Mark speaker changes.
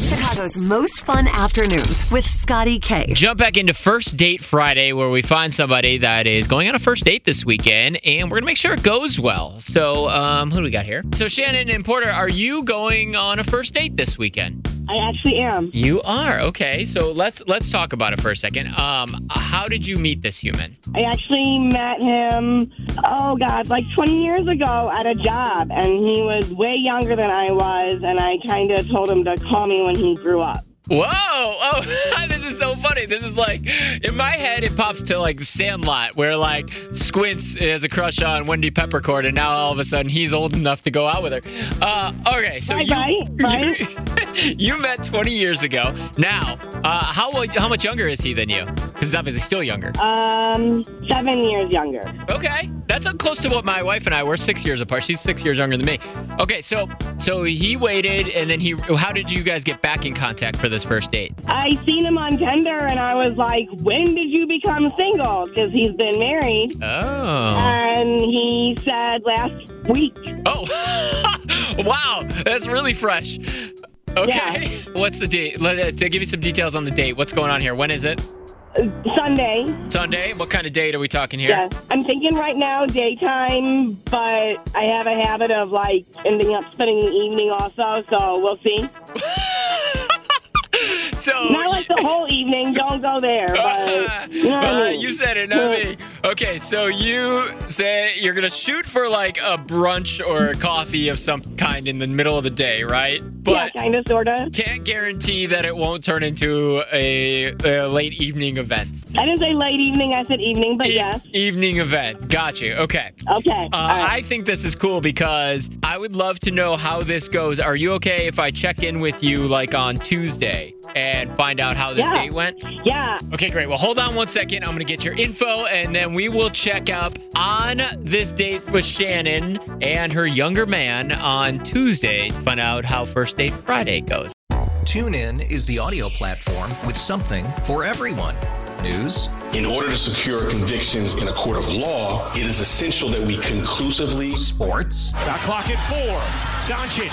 Speaker 1: Chicago's most fun afternoons with Scotty K.
Speaker 2: Jump back into First Date Friday, where we find somebody that is going on a first date this weekend, and we're gonna make sure it goes well. So, um, who do we got here? So, Shannon and Porter, are you going on a first date this weekend?
Speaker 3: I actually am.
Speaker 2: You are okay. So let's let's talk about it for a second. Um, how did you meet this human?
Speaker 3: I actually met him, oh God, like 20 years ago at a job, and he was way younger than I was, and I kind of told him to call me when he grew up.
Speaker 2: Whoa! Oh, this is so funny. This is like in my head, it pops to like Sandlot, where like Squints has a crush on Wendy Peppercorn, and now all of a sudden he's old enough to go out with her. Uh, okay, so
Speaker 3: Right,
Speaker 2: you,
Speaker 3: right, right.
Speaker 2: you you met 20 years ago. Now, uh, how old- how much younger is he than you? Because he's obviously still younger.
Speaker 3: Um, seven years younger.
Speaker 2: Okay, that's uh, close to what my wife and I were. Six years apart. She's six years younger than me. Okay, so so he waited, and then he. How did you guys get back in contact for this first date?
Speaker 3: I seen him on Tinder, and I was like, "When did you become single?" Because he's been married,
Speaker 2: Oh.
Speaker 3: and he said last week.
Speaker 2: Oh. wow, that's really fresh. Okay. What's the date? Let, uh, to give me some details on the date. What's going on here? When is it?
Speaker 3: Sunday.
Speaker 2: Sunday. What kind of date are we talking here?
Speaker 3: Yes. I'm thinking right now daytime, but I have a habit of like ending up spending the evening also, so we'll see.
Speaker 2: So
Speaker 3: Not like the whole evening, don't go there, but you know what I
Speaker 2: Uh,
Speaker 3: mean.
Speaker 2: you said it, not me. Okay, so you say you're gonna shoot for like a brunch or a coffee of some kind in the middle of the day, right?
Speaker 3: yeah,
Speaker 2: But
Speaker 3: kind of, sort of.
Speaker 2: can't guarantee that it won't turn into a, a late evening event.
Speaker 3: I didn't say late evening, I said evening, but
Speaker 2: E-
Speaker 3: yes.
Speaker 2: Evening event. Got you. Okay.
Speaker 3: Okay.
Speaker 2: Uh,
Speaker 3: all right.
Speaker 2: I think this is cool because I would love to know how this goes. Are you okay if I check in with you like on Tuesday and find out how this
Speaker 3: Yeah.
Speaker 2: date went?
Speaker 3: yeah.
Speaker 2: Okay, great. Well, hold on one second. I'm going to get your info and then we will check up on this date with Shannon and her younger man on Tuesday to find out how First Date Friday goes.
Speaker 4: TuneIn is the audio platform with something for everyone. News,
Speaker 5: In order to secure convictions in a court of law, it is essential that we conclusively
Speaker 4: sports,
Speaker 6: The clock at four. Doncic.